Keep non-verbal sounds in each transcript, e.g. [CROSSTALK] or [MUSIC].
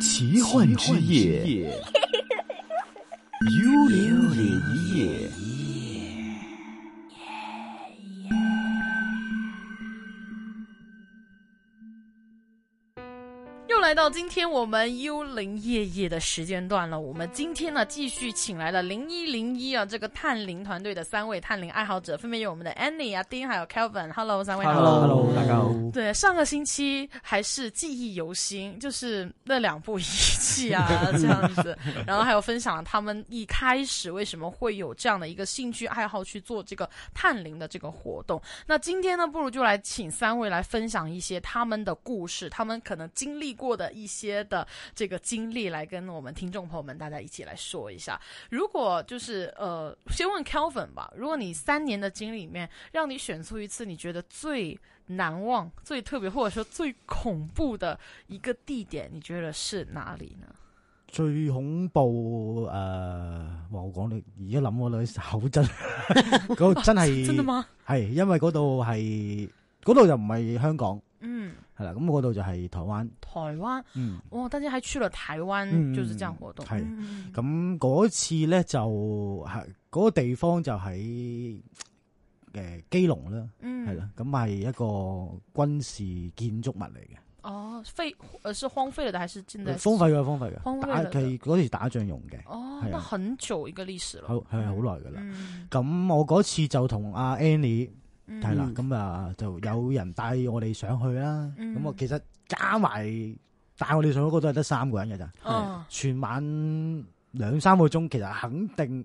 奇幻之夜，幽灵夜。又来到今天我们幽灵夜夜的时间段了。我们今天呢，继续请来了零一零一啊这个探灵团队的三位探灵爱好者，分别有我们的 Annie 啊、丁还有 Kelvin。Hello，三位好。 Hello，Hello，大家好。对，上个星期还是记忆犹新，就是那两部遗迹啊这样子，然后还有分享了他们一开始为什么会有这样的一个兴趣爱好去做这个探灵的这个活动。那今天呢，不如就来请三位来分享一些他们的故事，他们可能经历过的一些的这个经历，来跟我们听众朋友们大家一起来说一下。如果就是呃，先问 Kelvin 吧，如果你三年的经历里面，让你选出一次你觉得最难忘、最特别，或者说最恐怖的一个地点，你觉得是哪里呢？最恐怖誒，呃哇！我講你而家諗我兩口真，嗰度真係 [LAUGHS] 真的嗎？係因為嗰度係嗰度就唔係香港嗯，係啦，咁嗰度就係台灣，台灣嗯，哦，大家还去了台灣，嗯就是这样活动。係嗯咁嗰次咧就係嗰個地方就喺誒基隆啦，嗯，係啦，咁係一個軍事建築物嚟嘅。哦，废呃是荒废了的还是真的？荒廢嘅，荒廢荒嘅，廢打嚟㗎佢嗰時打仗用嘅，哦係啊，那很久一个历史了。好係好耐㗎啦。嗯咁我嗰次就同阿 Annie 嗯係啦，咁啊就有人帶我哋上去啦。嗯咁啊，其實加埋帶我哋上去嗰度係得三個人嘅咋，哦，全晚兩三個鐘，其實肯定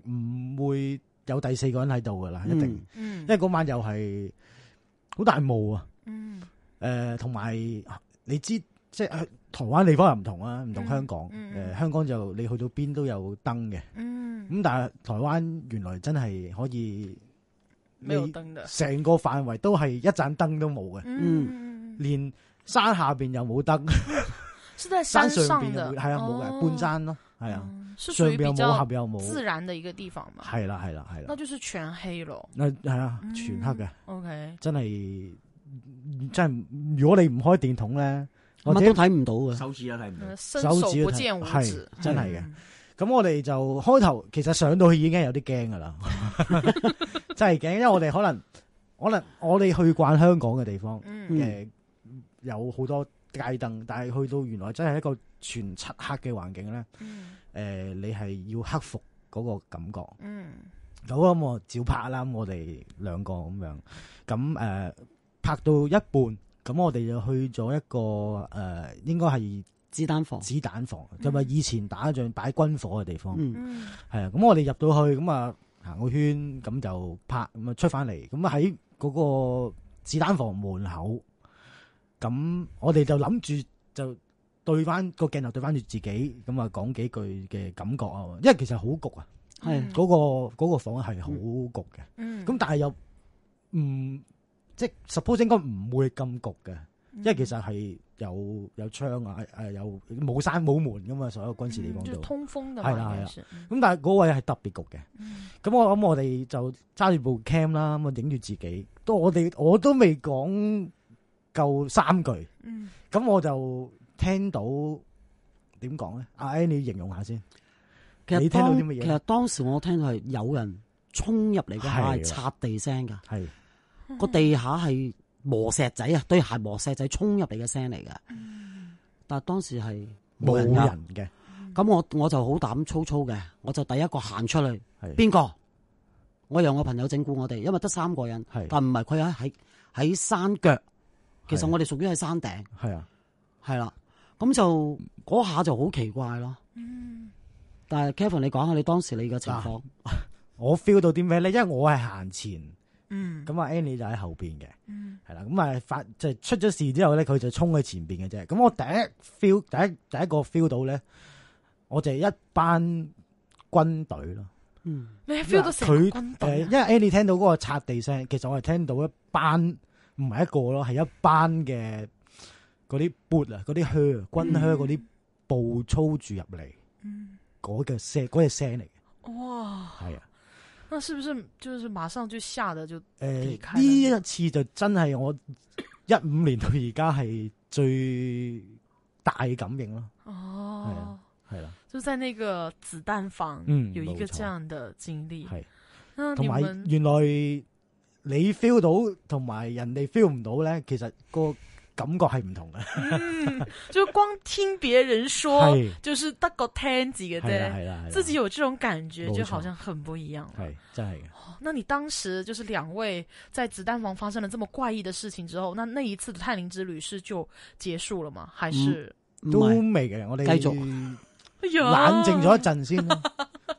唔會有第四個人喺度㗎啦，一定，嗯嗯因為嗰晚又係好大霧啊。嗯，誒、呃同埋你知即係呃台灣地方又唔同啊，唔同嗯香港。誒、嗯嗯香港就你去到邊都有燈嘅，嗯，咁但係台灣原來真係可以，没有灯的，成個範圍都係一盞燈都冇嘅，嗯，連山下邊又冇燈，是在 [LAUGHS] 山山上邊上又的，冇係啊冇哦嘅，半，山咯，係啊，嗯，是属上于邊又比冇，下较邊又自冇，然的一个地方嘛，係啦係啦係那啦，就是全黑咯。誒係啊，嗯全黑嘅， OK，真係真係，如果你唔開電筒咧，或啊者乜都睇唔到嘅。手指都啊睇唔呃嗯伸手手指不都睇见五係指，真係嘅嗯。咁我哋就開頭其實上到去已經有啲驚噶啦，真係驚，因為我哋可能可能我哋去慣香港嘅地方，嗯嗯誒、有好多街燈，但係去到原來真係一個全漆黑嘅環境咧，誒、嗯你係要克服嗰個感覺。嗯好咁我照拍啦，咁我哋兩個咁樣，咁誒、呃拍到一半，咁我哋就去咗一個誒、呃，應該係子彈房，子彈房，就咪以前打仗擺軍火嘅地方。嗯，嗯係啊，咁我哋入到去咁啊，行個圈咁就拍，咁啊出翻嚟，咁啊喺嗰個子彈房門口，咁我哋就諗住就對翻個鏡頭對翻住自己，咁啊講幾句嘅感覺啊，因為其實好焗啊，係嗰、個嗰、個房係好焗嘅，嗯咁但係又唔即係 suppose 應該唔會咁焗嘅，因為其實係有有窗啊，誒有冇閂冇門噶嘛，所有軍事地嗯方就是度。通風的係啦係嘛，应该啦是咁但係嗰位係特別焗嘅，嗯咁我諗我哋就揸住部 cam 啦，咁啊影住自己，都我哋我都未講夠三句，嗯咁我就聽到點講咧？阿 Ann 你形容下先，其你實聽到當啲乜嘢其實當時我聽到係有人衝入嚟嘅，係啊係擦地聲㗎。係個地下係磨石仔啊， [LAUGHS] 對鞋磨石仔衝入嚟嘅聲嚟嘅。但係當時係冇冇人㗎。人嘅，咁我我就好膽粗粗嘅，我就第一個行出去。係邊個？我由我朋友整蠱我哋，因為得三個人，係但唔係佢喺喺喺山腳。其實係我哋屬於喺山頂，係啊，係啦。咁就嗰下就好奇怪咯。嗯但係 Kevin，你講下你當時你嘅情況。我 feel 到啲咩咧？因為我係行前，嗯咁阿 Ann 就喺後邊嘅，嗯係啦，咁啊發就出咗事之後咧，佢就衝去前邊嘅啫。咁我第一 feel 第一第一個 feel 到咧，我就係一班軍隊咯。嗯，你係 feel 到成佢個軍誒，隊呃因啊為 Annie 聽到嗰個擦地聲，其實我係聽到一班唔係一個咯，係一班嘅嗰啲撥啊，嗰啲靴軍靴嗰啲步操住入嚟嗯嗰嘅聲，嗰隻聲嚟嘅，哇，係啊。那是不是就是馬上就嚇得就誒避開啦呃呢一次就真係我一五年到而家係最大嘅感應咯，哦哦，系啦，就在那个子弹房，嗯有一个冇錯这样的经历。系那同嗯你埋们原來你 feel 到同埋人哋 feel 唔到咧，其實個感覺係唔同嘅，就光听别人说，係就是得个听字嘅係啦啫，係啦係啦，自己有这种感觉，冇就錯好像很不一样。係真係嘅。那你当时就是两位在子弹房发生了这么怪异的事情之后，那那一次的探灵之旅是就结束了吗？还是、唔都係未嘅，我哋繼續嗯哎呀冷靜咗一陣先啦，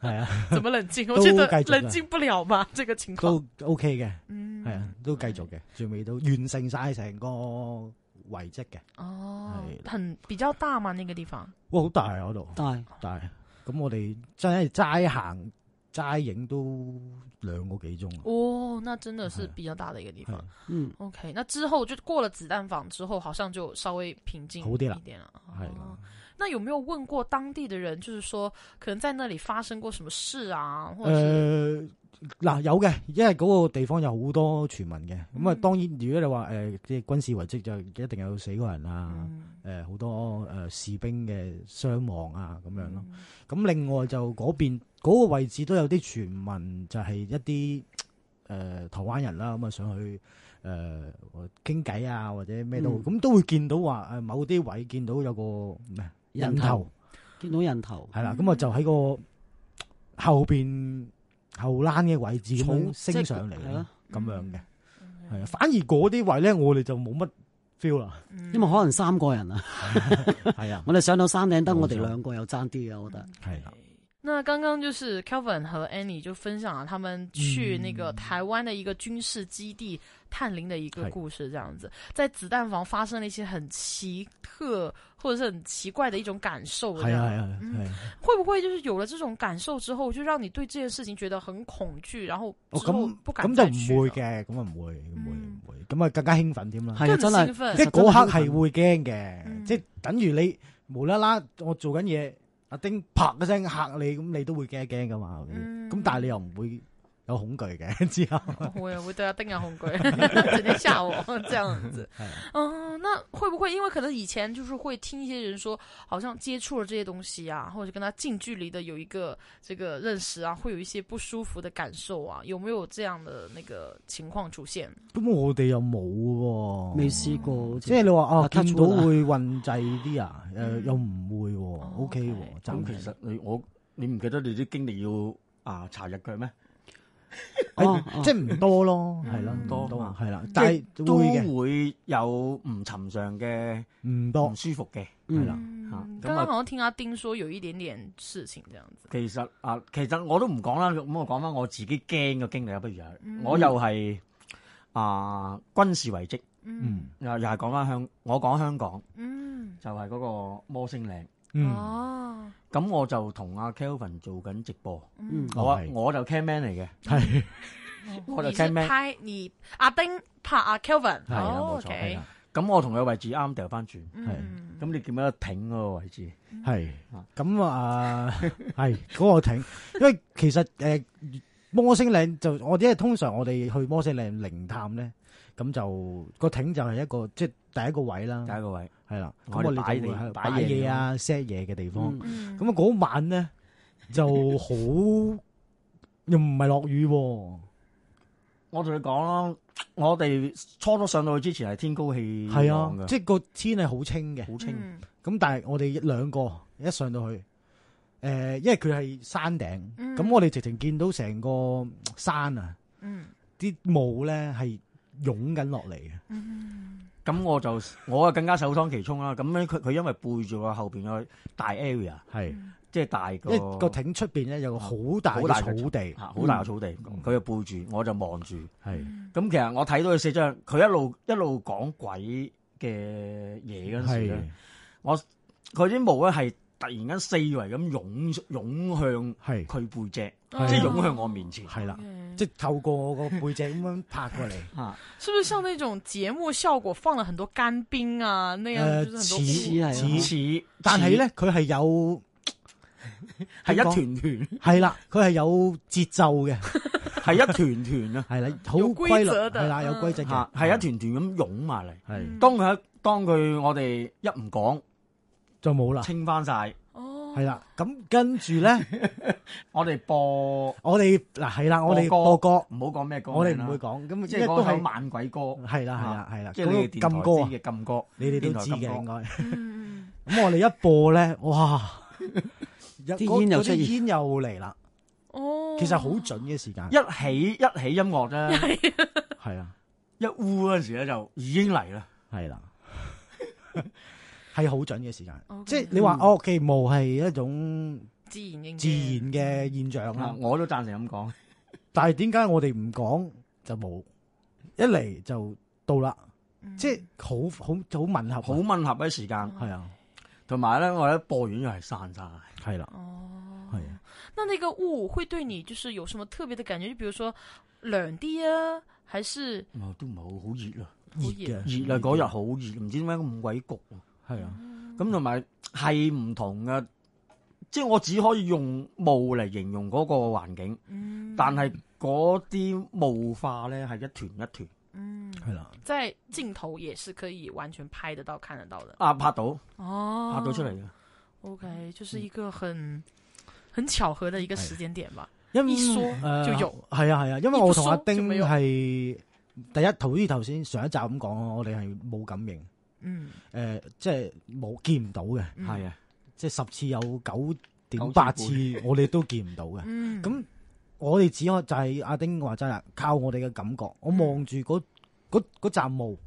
係啊， [LAUGHS] 怎么冷 [LAUGHS] 静？我都觉得繼續啊冷静不了嘛， [LAUGHS] 这个情况。都 OK 嘅，嗯係啊，都繼續嘅，最尾都完成晒成個遺跡嘅，哦，係很比较大嘛，那个地方。哇，好大啊嗰度，但係大啊，咁我哋真係齋行齋影都兩個幾鐘啊，哦，那真的是嗯比较大的一个地係方啊。嗯 OK，那之后就过了子弹房之后，好像就稍微平静好啲啦一点了。係啦，哦那有没有问过当地的人，就是说可能在那里发生过什么事啊，或者是诶，嗱、有嘅，因為嗰個地方有好多傳聞嘅，咁啊嗯當然如果你話诶即係軍事遺跡就一定有死過人啊，嗯诶好、多诶、呃士兵嘅傷亡啊咁樣咯。嗯咁另外就嗰邊嗰個位置都有啲傳聞，就係一啲誒、呃台灣人啦，咁啊上去誒傾偈啊，或者咩都好，嗯咁、都會見到話誒、呃某啲位見到有個咩人人頭頭見到人頭係啦，嗯咁啊就喺個後邊後欄嘅位置咁樣草升上嚟係咯啦，，咁樣嘅嗯係啊，反而嗰啲位咧我哋就冇乜 feel [LAUGHS] 啦，嗯因為可能三個人啊， [LAUGHS] 係啊，我哋上到山頂得我哋冇錯兩個又爭啲嘅，我覺得。係啦，那刚刚就是 Kelvin 和 Annie 就分享了他们去那个台湾的一个军事基地探灵的一个嗯嗨故事，这样子，在子弹房发生了一些很奇特或者是很奇怪的一种感受，这係样啊係啊嗯係啊。会不会就是有了这种感受之后，就让你对这件事情觉得很恐惧，然后哦，之后咁不敢咁就再去唔會了？嘅，咁啊唔會，唔會嗯唔會，咁啊更加興奮添啦。係啊，更真係兴奋即係嗰刻係真係會驚嘅，嗯即係等於你無啦啦我做緊嘢，阿丁啪一聲嚇你，咁你都會驚一驚噶嘛。係咪嗯咁但係你又唔會有恐懼嘅 [LAUGHS] 之後。 [LAUGHS] 我也会对他啊瞪眼红鬼， [LAUGHS] 整天吓我这样子。係嗯，那会不会因为可能以前就是会听一些人说，好像接触了这些东西啊，或者跟他近距离的有一个这个认识啊，会有一些不舒服的感受啊？有没有这样的那个情况出现？咁我哋又冇未喎，試過，好似即係你話啊哦， touch 見到 wood 啊會混滯啲啊，誒嗯又唔會喎，OK 喎，咁暫其時實你我你唔記得你啲經歷要啊查日腳咩？哦哦哎即係唔多咯，係啦，嗯唔多多嘛係啦，但係即係都會嘅，會有唔尋常嘅唔唔多舒服嘅。嗯係啦。啊嗯咁啊刚刚好像听阿丁说有一点点事情这样子。其實啊，其實我都唔講啦。咁我講翻我自己驚嘅經歷啊，不如係嗯我又係啊軍事遺跡，嗯嗯又又係講翻香，我講香港嗯，就係嗰個摩星嶺。嗯哦，咁我就同阿 Kelvin 做緊直播，嗯嗯，我哦係我就 cam man 嚟嘅，係。我就你是 cam man。拍你阿丁拍阿 Kelvin，係啦哦冇錯 OK 係啦，咁我同佢位置啱掉翻轉，嗯，咁你見唔見到挺嗰個位置？係啊咁啊， [LAUGHS] 係嗰個艇，因為其實誒摩星嶺就我因為通常我哋去摩星嶺靈探咧，咁就個艇就係一個即係第一個位啦第，一個位，係啦，咁我哋我哋擺就會喺地擺擺嘢嘢啊、set 嘢嘅地方。嗯嗯，咁啊嗰晚咧就好又唔係落雨喎， [LAUGHS] 我同你講啦，我哋初初上到去之前係天高氣係旺啊，嘅，即係個天係好清嘅。好清。嗯咁但係我哋兩個一上到去，誒、因為佢係山頂，咁、嗯我哋直情見到成個山啊，嗯啲霧咧係湧緊落嚟嘅，咁我就我啊更加首當其衝啦。咁咧佢佢因為背住我後邊個大 area，係、即係大因為個個艇出邊咧有個好大好嘅大嘅草地，嚇好大嘅草地，嗯佢就背住，我就望住。係咁其實我睇到佢四張，佢一路一路講鬼嘅嘢嗰陣時咧係。佢啲毛咧係突然間四圍咁湧湧向係佢背脊，哦即係湧向我面前。係啦， [LAUGHS] OK 即係透過我個背脊咁樣拍過嚟，啊，是不是像那种节目效果放了很多干冰啊那样，呃就是似很多係啊似似，似，但係咧佢係有係一團團，係啦，佢係有節奏嘅， [LAUGHS] 係一團團啊，係啦，好有規規律，則的係嗯啦，有嗯規則嚇嘅，係一團團咁湧埋嚟。係當佢一當佢我哋一唔講就冇啦，清翻晒，哦哦，系啦，咁跟住咧，我哋播我哋嗱係啦，我哋播播歌歌，唔好講咩歌，我哋唔會，講，咁即因為係都嗰首係猛鬼歌，係啦係啦係啦，即係你哋嗰個電台禁歌啊，知你嘅禁歌，哋都知電台嘅禁應歌該。 [LAUGHS] 嗯咁我哋一播咧，哇！有啲嗰煙又嗰出現啲煙又嚟啦，哦，其實好準嘅時間，一起一起音 [LAUGHS] 樂咧，係啊一烏嗰陣時咧就已經嚟啦。係啦，係好準嘅時間。 OK 即係你話哦，既無係一種自然應自然嘅現象啦，我都贊成咁講，但係點解我哋唔講就冇？一嚟就到啦，然即係好好好吻合，啊好吻合嘅時間，係啊，同埋咧我哋一播完又係散晒。係啦，哦，係啊，那那个雾会对你就是有什麼特別的感覺？就比如說涼啲啊，還是我都唔係好好熱啊，熱好嘅熱啊嗰日好熱，唔知點解咁鬼焗啊。係啊，咁同埋係唔同嘅，即係我只可以用霧嚟形容嗰個環境，嗯，但係嗰啲霧化咧係一團一團嗯，係啦，在鏡頭也是可以完全拍得到、看得到的啊拍到哦，拍到出嚟。嘅。 OK，就是一個很很巧合的一個時間點吧。因為一說誒就有係啊係啊，因為我同阿一丁不縮就係第一頭先頭先上一集咁講，我哋係冇感應，誒、呃嗯，即係冇見唔到嘅，嗯係，啊，即係十次有九點八次我哋都見唔到嘅。嗯，咁我哋只可就係阿丁話齋啦，靠我哋嘅感覺，我望住嗰嗰嗰陣霧，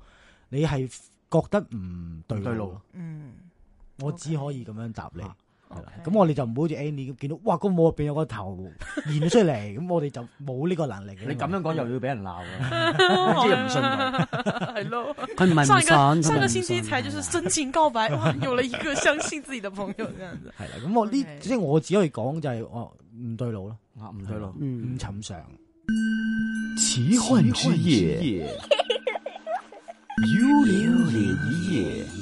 你係覺得唔對唔對路路，嗯我只可以咁樣答你。啊係啦 OK 咁我哋就唔好似 Annie 咁見到，哇！個霧入邊有個頭 [LAUGHS] 現咗出嚟，咁我哋就冇呢個能力嘅。你咁樣講又要俾人鬧嘅， [LAUGHS] 我即係唔信哦佢。 [LAUGHS] 係咯。佢唔係上一個唔信，佢上唔個係星唔期信才就是深情告白，哇，有了一個相信自己的朋友這樣子。係啦，咁我呢 OK 即係我只可以講就係我唔對路咯，啊唔對路。唔嗯，尋常。奇幻之夜，幽灵夜。 [LAUGHS]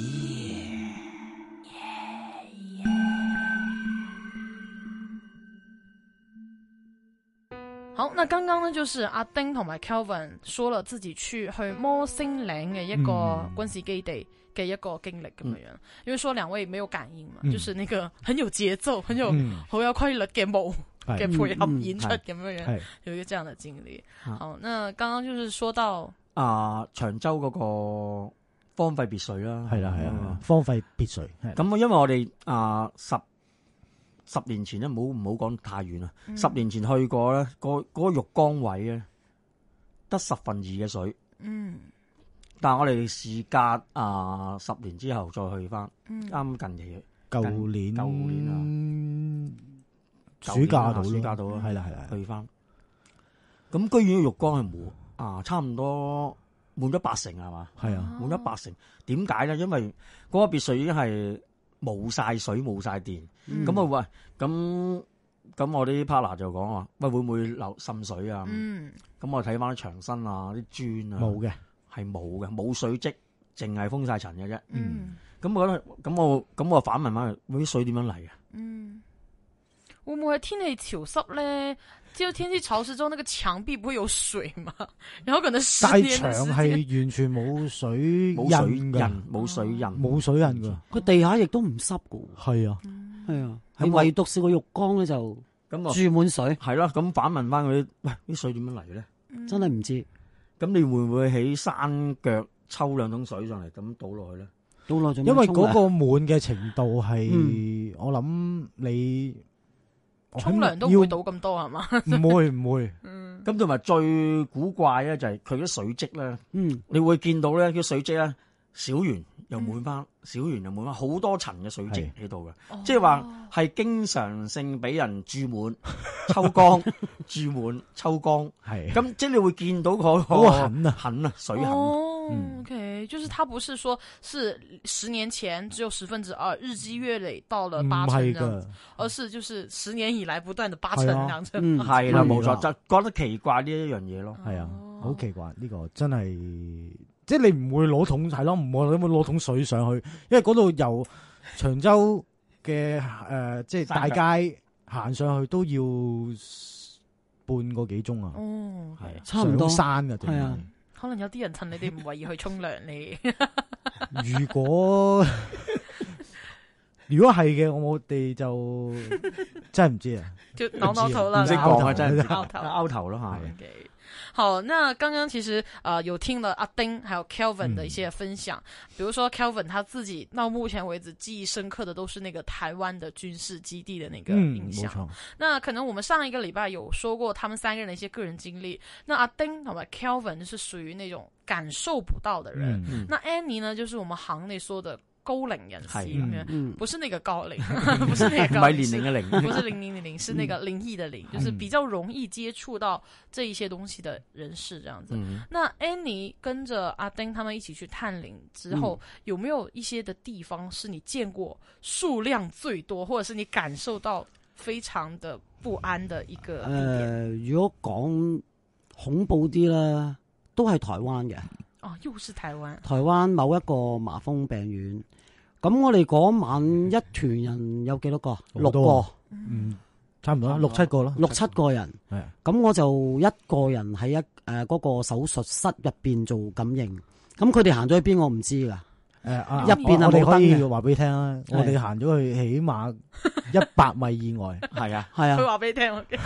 好，那剛剛呢，就是阿丁同埋 Kelvin 說了自己去去摩星嶺嘅一個嗯軍事基地嘅一個經歷咁樣樣，因為說兩位沒有感應嘛，嗯就是那個很有節奏、很有嗯，好有規律嘅舞係嘅配合演出嗯咁樣樣，係有一個這樣的經歷。啊好，那剛剛就是說到啊長洲嗰個荒廢別墅啦，係啦係嗯啦，荒廢別墅係啦咁因為我哋啊十十年前咧，唔好唔好講太遠啦。嗯十年前去過咧，嗰、嗰個浴缸位咧，得十分二嘅水，嗯但係我哋時隔啊十年之後再去翻，嗯啱近期舊年舊年暑假舊年度啊暑假度啦係啦係啦，去翻，咁居然個浴缸係滿啊，差唔多滿咗八成係嘛？係哎啊，滿咗八成，點解咧？因為嗰個別墅已經係冇晒水、冇晒電。嗯咁啊喂，咁咁我啲 partner 就講話，喂會唔會流滲水啊？咁、嗯我睇翻啲牆身啊、啲磚啊，冇嘅，係冇嘅，冇水跡，淨係封晒塵嘅啫。嗯嗯咁我覺得，咁我咁我反問翻佢，喂啲水點樣嚟啊？嗯，會唔會係天氣潮濕咧？就天氣潮濕之後，那個牆壁不會有水嘛？ [LAUGHS] 然後可能十但係年牆的時間，係完全冇水冇水印印，嗯㗎，冇水印，冇水印㗎，佢地下亦都唔濕噶，係啊，係啊，咁係我唯獨是個浴缸咧就咁啊，注滿水，係啦。咁反問翻佢，喂啲水點樣嚟咧？真係唔知咁你會唔會喺山腳抽兩桶水上嚟，咁倒落去咧？倒落咗因咩為沖嗰涼。個滿嘅程度係我諗你沖涼都唔會倒咁多係嘛？要 [LAUGHS] 唔會唔會嗯咁同埋最古怪咧，就係佢啲水跡咧。嗯，你會見到咧，啲水跡咧少完又滿翻，少完又滿翻，好多層嘅水跡喺度嘅，即係話係經常性俾人注滿、抽乾、注滿、抽乾。係咁即係你會見到嗰嗰個個痕啊，痕啊，水痕。哦嗯，OK，就是它不是說是十年前只有十分之二，日積月累到了唔八成係這樣㗎子，。而是就是十年以來不斷的八成係啊兩成。嗯係啦，嗯冇錯，就覺得奇怪呢一樣嘢咯。系啊哦，好奇怪呢、個真係，即係你唔會攞桶係咯，唔會咁攞桶水上去，因為嗰度由長洲嘅诶、呃即係大街行上去都要半個幾鐘啊，哦，係啊，差唔多上山噶，係啊可能有啲人趁你哋唔為意去沖涼你。仲要。如果 [LAUGHS] 如果係嘅，我哋就真係唔知啊。 [LAUGHS] 就挠挠头了，唔識然后講啊，真係拗頭拗頭咯嚇。係 OK，好，那刚刚其实呃有听了阿丁还有 Kelvin 的一些分享，比如说 Kelvin 他自己到目前为止记忆深刻的都是那个台湾的军事基地的那个嗯，印冇象。錯。那可能我们上一个礼拜有说过他们三个人的一些个人经历，那阿丁同埋 Kelvin 是属于那种感受不到的人，嗯，嗯那 Annie 呢就是我们行内说的高龄人士是咁样，嗯，不是那个高龄，不是那唔个高係龄年是 [LAUGHS] 齡嘅不齡，是零零零零，是那个灵异的灵，就是比较容易接触到这一些东西的人士这样子。嗯，那 Annie 跟着阿丁他们一起去探灵之后，有没有一些的地方是你见过数量最多，或者是你感受到非常的不安的一个诶、地点？如果講恐怖啲啦，都係台灣嘅，哦，又是台湾，台灣某一個麻風病院。咁我哋嗰晚一團人有幾多個？六好多個啊，嗯，差唔多啦，六七個啦，六七個人。係咁我就一個人喺一诶嗰、個手術室入边做感應。咁佢哋行咗去邊我唔知㗎。诶，啊入邊啊我哋冇燈可以嘅話俾你聽啊，我哋行咗去起碼一百米以外。係啊，係啊佢，話俾你聽，我覺得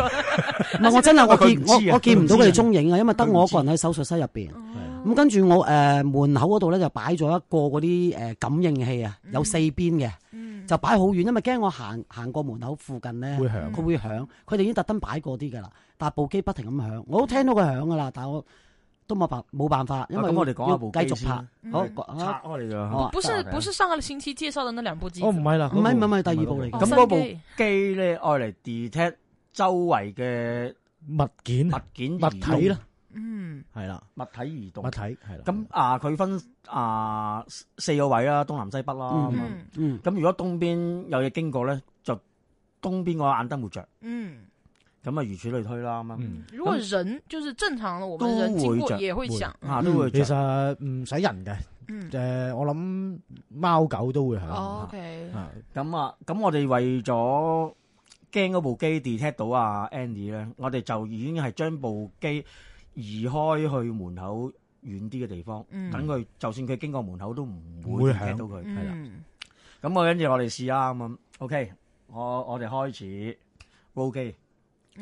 唔係我真係我佢唔知啊見我我見唔到佢哋蹤影啊，因為得佢唔知我一個人喺手術室入边。哦咁跟住我誒、呃、門口嗰度咧就擺咗一個嗰啲誒感應器啊，有四邊嘅，嗯就擺好遠，因為驚我行行過門口附近咧，會響佢會響，佢哋已經特登擺過啲㗎啦，但係部機不停咁響，我都聽到佢響㗎啦，但係我都冇辦冇辦法，因為啊咁我哋講下部要繼機續先拍啦，好嗯講拆啊開嚟㗎。好啊不是不是上個星期介紹的那兩部機子，哦，唔係啦，唔係嗰唔部係唔係第二部嚟哦嘅，咁新嗰部機機咧，愛嚟 detect 周圍嘅物件物件物體啦，嗯係啦，移動，物體移動物。體係啦。咁啊，佢分啊四四個位啦，東南西北啦。咁樣嗯嗯咁如果東邊有嘢經過咧，就東邊嗰個眼燈會着。嗯。咁啊，如此類推啦，咁樣嗯，如果人就是正常的，我们都人经會过着也会會想，啊都會嗯其着。實唔使人嘅，嗯，诶，我諗貓狗都會響。哦，OK，啊咁啊，咁我哋為咗驚嗰部機 detect 到啊 Andy 咧，我哋就已經係將部機移開去門口遠啲嘅地方，嗯等佢、就算佢經過門口都唔唔會會 detect 響到佢。係啦，嗯，咁我跟住我哋試啦，咁樣 OK，我我哋開始 roll 機，嗯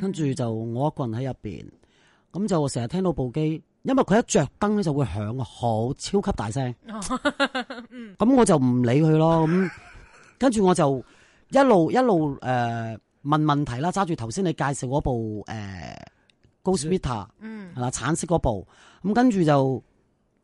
跟住就我一個人喺入邊，咁就成日聽到部機，因為佢一着燈咧就會響啊，好超級大聲。嗯咁我就唔理佢 [LAUGHS] 咯，咁跟住我就一路一路诶、呃、問問題啦，揸住頭先你介紹嗰部诶、呃、Ghost Meter 嗯係啦，橙色嗰部，咁跟住就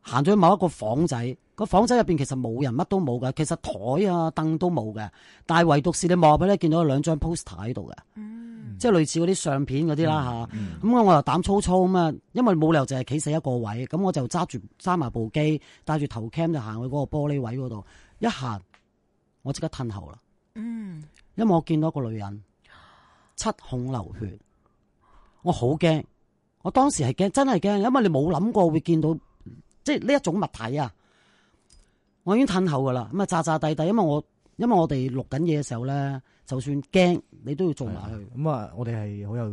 行咗去某一個房仔，個房仔入邊其實冇人，乜都冇嘅，其實台啊凳都冇嘅，但係唯獨是你望入去咧，見到有兩張 poster 喺度嘅。嗯即係類似嗰啲相片嗰啲啦吓，咁我我又膽粗粗咁啊，因為冇理由淨係企死一個位，咁我就揸住揸埋部機，戴住頭 cam 就行去嗰個玻璃位嗰度，一行我即刻褪後啦，嗯，因為我見到一個女人七孔流血，我好驚，我當時係驚，真係驚，因為你冇諗過會見到即係呢一種物體啊，我已經褪後噶啦，咁啊炸炸地地，因為我因為我哋錄緊嘢嘅時候咧，就算驚你都要做埋去。咁啊，我哋係好有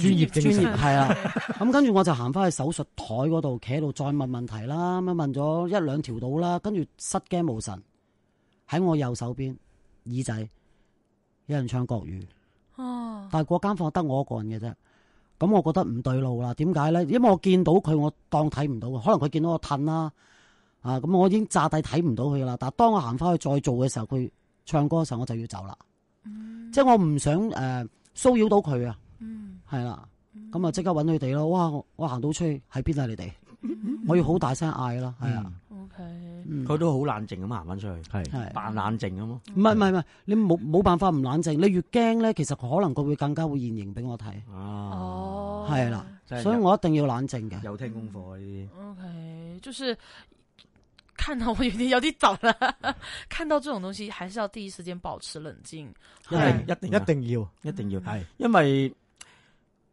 專業精專業神。係啊，咁跟住我就行翻去手術台嗰度，企喺度再問問題啦，咁問咗一兩條到啦，跟住失驚無神，喺我右手邊耳仔有人唱國語，哦，但係嗰間房得我一個人嘅啫，咁我覺得唔對路啦，點解咧？因為我見到佢，我當睇唔到嘅，可能佢見到我褪啦，啊咁我已經炸底睇唔到佢啦，但係當我行翻去再做嘅時候，佢唱歌嘅時候我就要走啦，即係我唔想誒、呃、騷擾到佢啊。嗯，系啦，咁啊即刻揾佢哋咯。哇！我我行到出去喺邊啊？你哋，我要好大聲嗌啦，係啊， ，OK，嗯佢都好冷靜咁行翻出去，係係扮冷靜咁咯。唔係唔係唔係，你冇冇辦法唔冷靜。你越驚咧，其實可能佢會更加會現形俾我睇，啊，哦，係啦，真係所以有我一定要冷靜嘅。有聽功課啊呢，OK，就是看到我有点有点早了，看到这种东西还是要第一时间保持冷静，啲，係啊一定一定一定要一定要。係因為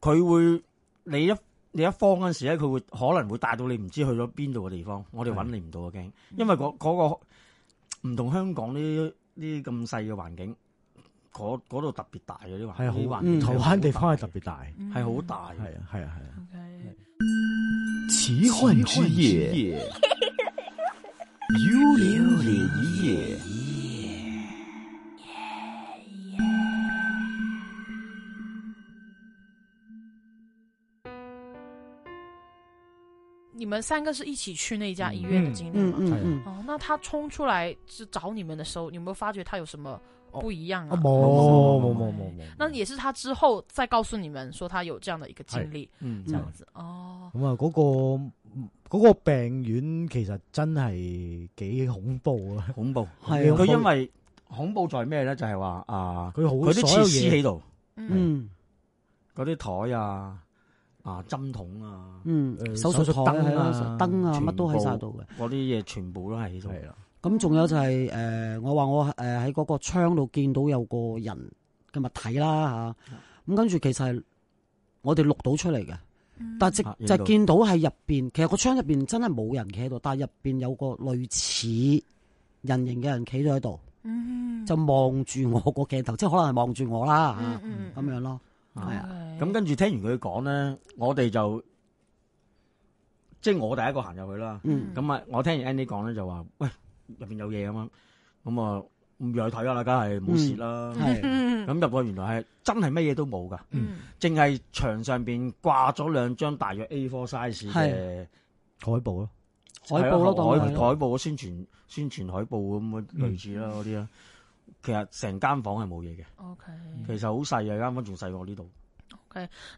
佢會你一你一慌嗰陣時咧，佢會可能會帶到你唔知去咗邊度嘅地方，我哋揾你唔到嘅驚，因為嗰、嗰個唔同香港呢呢啲咁細嘅環境，嗰嗰度特別大嘅啲環，係啲啊好，環境嗯台灣地方係特別大，係好大嘅，係啊係啊係啊。嗯，OK，奇幻之夜，幽灵夜。你们三个是一起去那家医院的经历嗯吗？嗯嗯，哦，那他冲出来就找你们的时候，你有没有发觉他有什么不一样啊啊？冇哦冇冇冇冇，那也是他之后再告诉你们说他有这样的一个经历，嗯，这样子哦。咁啊嗰個嗰、個病院其實真係幾恐怖啊！ [LAUGHS] 恐怖。系啊佢，因為恐怖在咩咧？就係話啊，佢好佢啲所有設施嘢喺度，嗯嗯嗰啲台啊、啊針筒啊，嗯，誒手術手術台燈係啦，啊手術燈啊，乜都喺晒度嘅。嗰啲嘢全部都係喺度。係啦，咁仲有就係、呃我話我誒喺嗰個窗度見到有個人嘅物體啦嚇，咁、跟住其實係我哋錄到出嚟嘅，嗯但係啊直影就到係見到係入邊，其實個窗入邊真係冇人企喺度，但係入邊有個類似人形嘅人企咗喺度，嗯就望住我個鏡頭，即係可能係望住我啦嗯嚇，嗯咁、樣咯，係啊，咁跟住聽完佢講咧，我哋就即係我第一個行入去啦。嗯咁啊，我聽完 Andy 講咧就話：喂，入邊有嘢咁樣，咁啊入去睇下啦，梗係冇事啦。係嗯咁入去原來係真係乜嘢都冇㗎，嗯淨係牆上邊掛咗兩張大約 A4 size 嘅係海報咯，海報咯，當係啊海係海報嘅宣傳宣傳海報咁樣類似啦嗰啲啦。其實成間房係冇嘢嘅， ，OK。其實好細嘅間房，仲細過我呢度。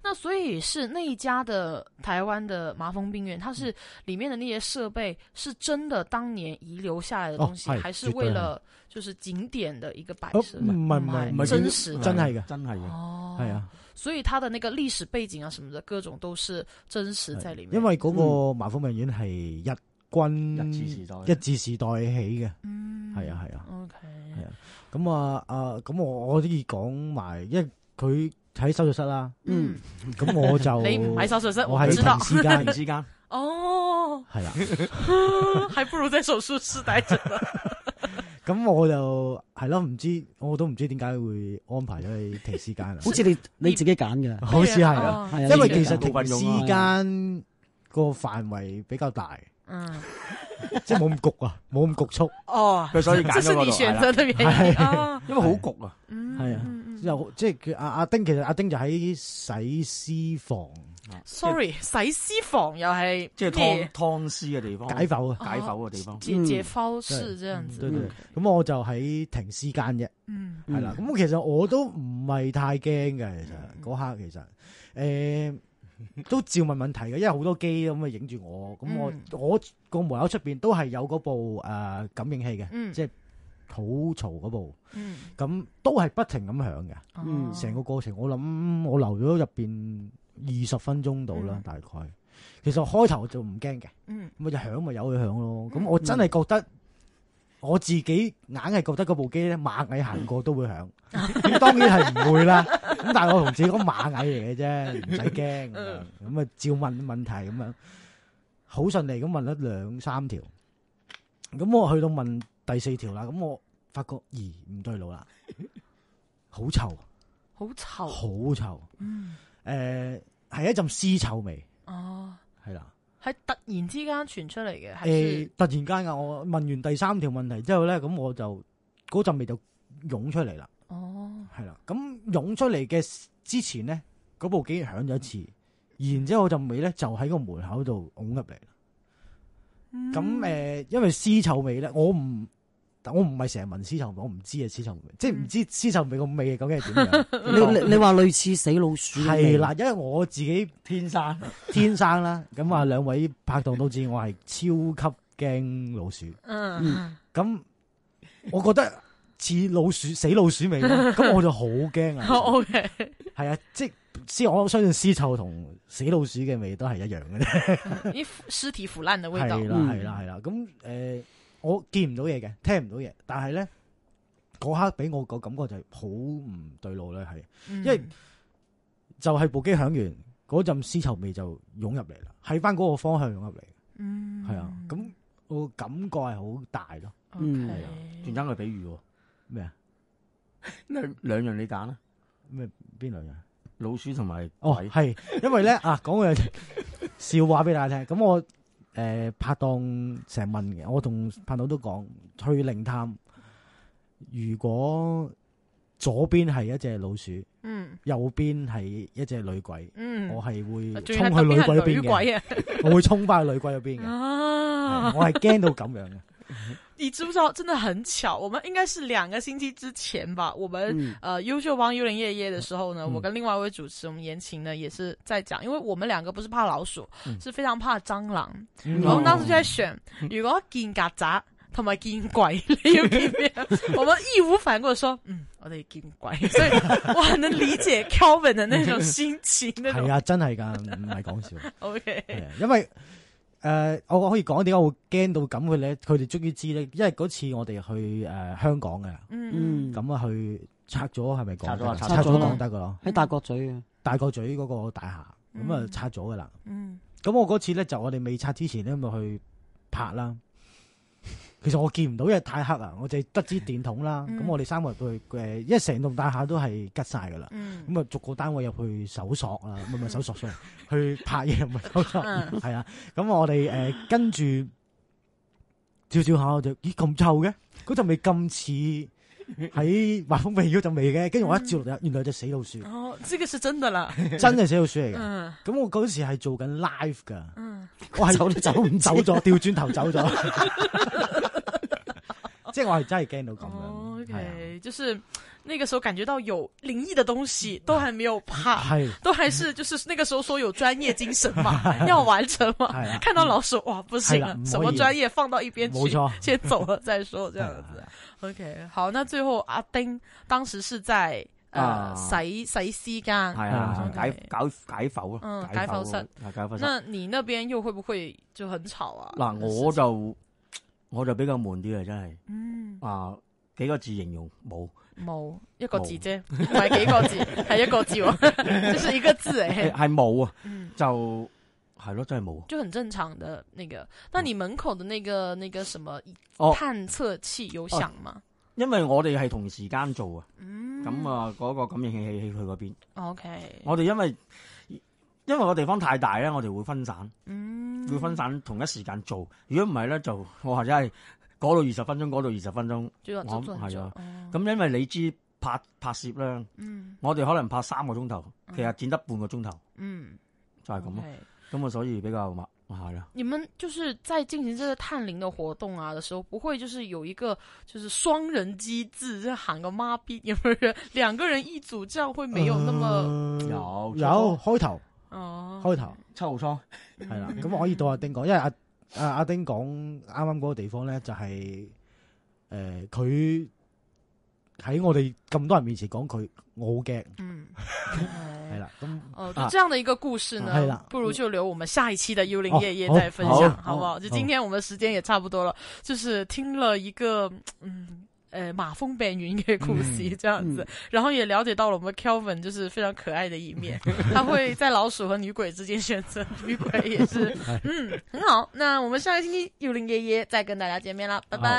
那所以是那一家的台湾的麻风病院，它是里面的那些设备是真的当年遗留下来的东西，哦是还是绝对为是了就是景点的一个摆哦设？唔係唔係係唔係嗯真實真係嘅，真係嘅。哦，係，啊，所以它的那个历史背景啊什么的，各种都是真实在里面。哎因為嗰個麻風病院係日軍日治時代日治時代起嘅，嗯，係啊係啊， ，OK，係咁啊啊咁我我可以講埋，因為佢喺手術室啦，嗯咁我就 [LAUGHS] 你唔喺手術室，我唔喺知道停屍間突然之間， [LAUGHS] 哦， [LAUGHS] 係啦。还不如在手术室待着呢。咁我就係咯，唔知我都唔知點解會安排咗喺停屍間啦，啊好似你你自己揀 [LAUGHS] 嘅，好似係啊，哦係啊，因為你自己其實揀停冇運用屍啊間個範圍比較大，嗯，即係冇咁焗啊，冇咁局促，哦，佢所以这揀咗是嗰你度係选啦择的原 [LAUGHS] 因啊，因為好焗啊。嗯，係啊嗯嗯又即係佢阿阿丁其實阿丁就喺洗屍房 Sorry，洗屍房又係即係劏咩哦劏屍嘅地方，解剖啊，解剖嘅地方。解嗯解剖室這樣對子，對，對咁我就喺停屍間啫。嗯系啦，咁其實我都唔係太驚嘅，其嗯實嗰刻其實诶、都照問問題嘅，因為好多機咁啊影住我，咁我、嗯我個門口出边都係有嗰部诶、呃感應器嘅，嗯即係好嘈嗰部，嗯，咁都係不停咁響嘅，嗯哦成個過程我諗我留咗入边二十分鐘到啦嗯，大概。其實開頭就唔驚嘅，嗯咁就響咪由佢響咯。咁我真係覺得我自己硬係覺得嗰部機咧，螞蟻行過都會響。咁當然係唔會啦。咁但係我同自己講螞蟻嚟嘅啫，唔使驚。咁啊，照問問題咁樣，好順利咁問咗兩三條。咁我去到問第四條啦，咁我發覺咦唔對路啦，好臭，好臭好臭。誒係一陣屍臭味，哦，係啦。係突然之間傳出嚟嘅，還誒是，突然間啊，我問完第三條問題之後咧，咁我就嗰陣味就湧出嚟啦，哦，係啦。咁湧出嚟嘅之前咧，嗰部機響咗一次，然之後嗰陣味咧就喺個門口度湧入嚟啦。嗯咁誒、因為屍臭味咧，我唔。但我唔係成日聞屍臭味，我唔知啊屍臭味，即係唔知屍臭味個味究竟係點樣。你你你話類似死老鼠嘅味係啦，因為我自己天生天生啦，咁啊兩位拍檔都知我係超級驚老鼠。嗯，咁我覺得似老 [LAUGHS] 鼠死老鼠味啦，咁我就好驚好啊！嗯哦 OK， [LAUGHS] 係啊，即係我相信屍臭同死老鼠嘅味都係一樣嘅啫。一腐屍體腐爛的 [LAUGHS] 味係道，啦，嗯係啦，係啦。咁誒，我見唔到嘢嘅，聽唔到嘢，但係咧嗰刻俾我個感覺就係好唔對路咧，係因因為就係部機響完嗰陣屍臭味就湧入嚟啦，喺翻嗰個方向湧入嚟，嗯係啊，咁啊我感覺係好大咯。嗯，OK，全爭佢比喻喎，咩啊？兩兩樣你揀啦，啊咩邊兩樣？老鼠同埋哦，鬼。係，因為咧啊，講個笑話俾大家聽。咁我诶、呃拍檔成日問嘅，我同拍檔都講去靈探，如果左邊係一隻老鼠，嗯嗯右邊係一隻女鬼，嗯，我係會仲衝要係特去女別鬼嗰係邊嘅，女鬼啊！我會衝翻去女鬼嗰邊嘅，啊係，我係驚到咁樣嘅。你知不知道？真的很巧，我们应该是两个星期之前吧，我们、嗯呃优秀帮幽灵夜夜的时候呢，嗯我跟另外一位主持我们言情呢也是在讲，因为我们两个不是怕老鼠，嗯是非常怕蟑螂。然嗯后我们当时就在选，如果见曱甴同埋见鬼， [LAUGHS] 你要见咩？我们义无反顾地说，嗯，我得见鬼，所以我很能理解 Kelvin 的那种心情，那係 [LAUGHS] 种啊，真係㗎，唔係講笑。 OK，係啊，因為诶、呃我可以講點解我會驚到咁嘅咧？佢哋終於知咧，因為嗰次我哋去诶、呃香港嘅，嗯嗯，咁啊去拆咗係咪拆講咗啊得？拆咗拆咗啊講得噶咯，喺大角咀啊嘅，大角咀嗰個大廈，咁啊嗯拆咗噶啦。嗯咁我嗰次咧就我哋未拆之前咧咪去拍啦。其實我見唔到，因為太黑啊，我就係得支電筒啦。咁、嗯我哋三個人入去誒，因為成棟大廈都係吉晒噶啦。嗯咁啊，逐個單位入去搜索啦，唔係唔 [LAUGHS] 係搜索 sorry，去拍嘢唔係搜索，嗯係啊。咁我哋誒跟住照照下，我就咦咁臭嘅，嗰陣味咁似喺華風味嗰陣味嘅。跟住我一照落嚟，原來有隻死老鼠，哦，这个是真的啦，真係死老鼠嚟嘅。嗯咁我嗰時係做緊 live 㗎，嗯。我係走都走唔走咗，掉轉頭走咗， [LAUGHS] 即係我係真係驚到咁哦樣，係啊 OK，就是那个时候感觉到有灵异的东西，都还没有怕，係。都还是嗯就是那个时候说有专业精神 [LAUGHS] 嘛，要完成嘛哎係啦。看到老鼠哇，不行係啦了唔，可以什么专业放到一边去冇錯， [LAUGHS] 先走了再说这样係 [LAUGHS] 哎子啊。 OK，好，那最后阿丁当时是在呃啊洗洗尸间系，啊， OK 解解解剖嗯啊，解剖室啊，解剖室。那你那边又会不会就很吵啊？嗱，我就我就比較悶啲啊，真係嗯啊，幾個字形容冇。冇一个字冇啫，唔系几个字， [LAUGHS] 系一个字喎， [LAUGHS] 就是一个字诶係。係冇啊，嗯。就係咯，真係冇啊。就很正常的那个。那你门口的那个那个什么哦探测器有响吗？因為我哋係同時間做啊，嗯，咁啊嗰個感應器器去嗰邊， ，OK，我哋因為因為個地方太大咧，我哋會分散，嗯，會分散同一時間做。如果唔係咧，就我或者係嗰度二十分鐘，嗰度二十分鐘。就要我做做很係久啊，哦咁因為你知拍拍攝咧，嗯我哋可能拍三個鐘頭，其實剪得半個鐘頭，嗯，就係咁咯。 OK 咁啊，所以比較密係啦。你们就是在进行这个探灵的活动啊的时候，不会就是有一个就是双人机制，就喊个妈逼，有没有人两个人一组，这样会没有那么、呃有有開頭呃哦開頭。七號倉嗯系啦，咁可以到阿丁講，因為阿阿阿丁講啱啱嗰個地方咧，就係诶佢喺我哋咁多人面前講佢，我好驚嗯，係啦，咁哦，就这样的一个故事呢，啊是啊的不如就留我们下一期的幽灵夜夜哦再分享，好好不好？就今天我们时间也差不多了，就是听了一个嗯。呃，马蜂本云的故事这样嗯子，然后也了解到了我们 Kelvin 就是非常可爱的一 [LAUGHS] 面，他会在老鼠和女鬼之间选择 [LAUGHS] 哎女鬼，也是嗯很好。那我们下个星期幽灵夜夜再跟大家见面啦，拜拜。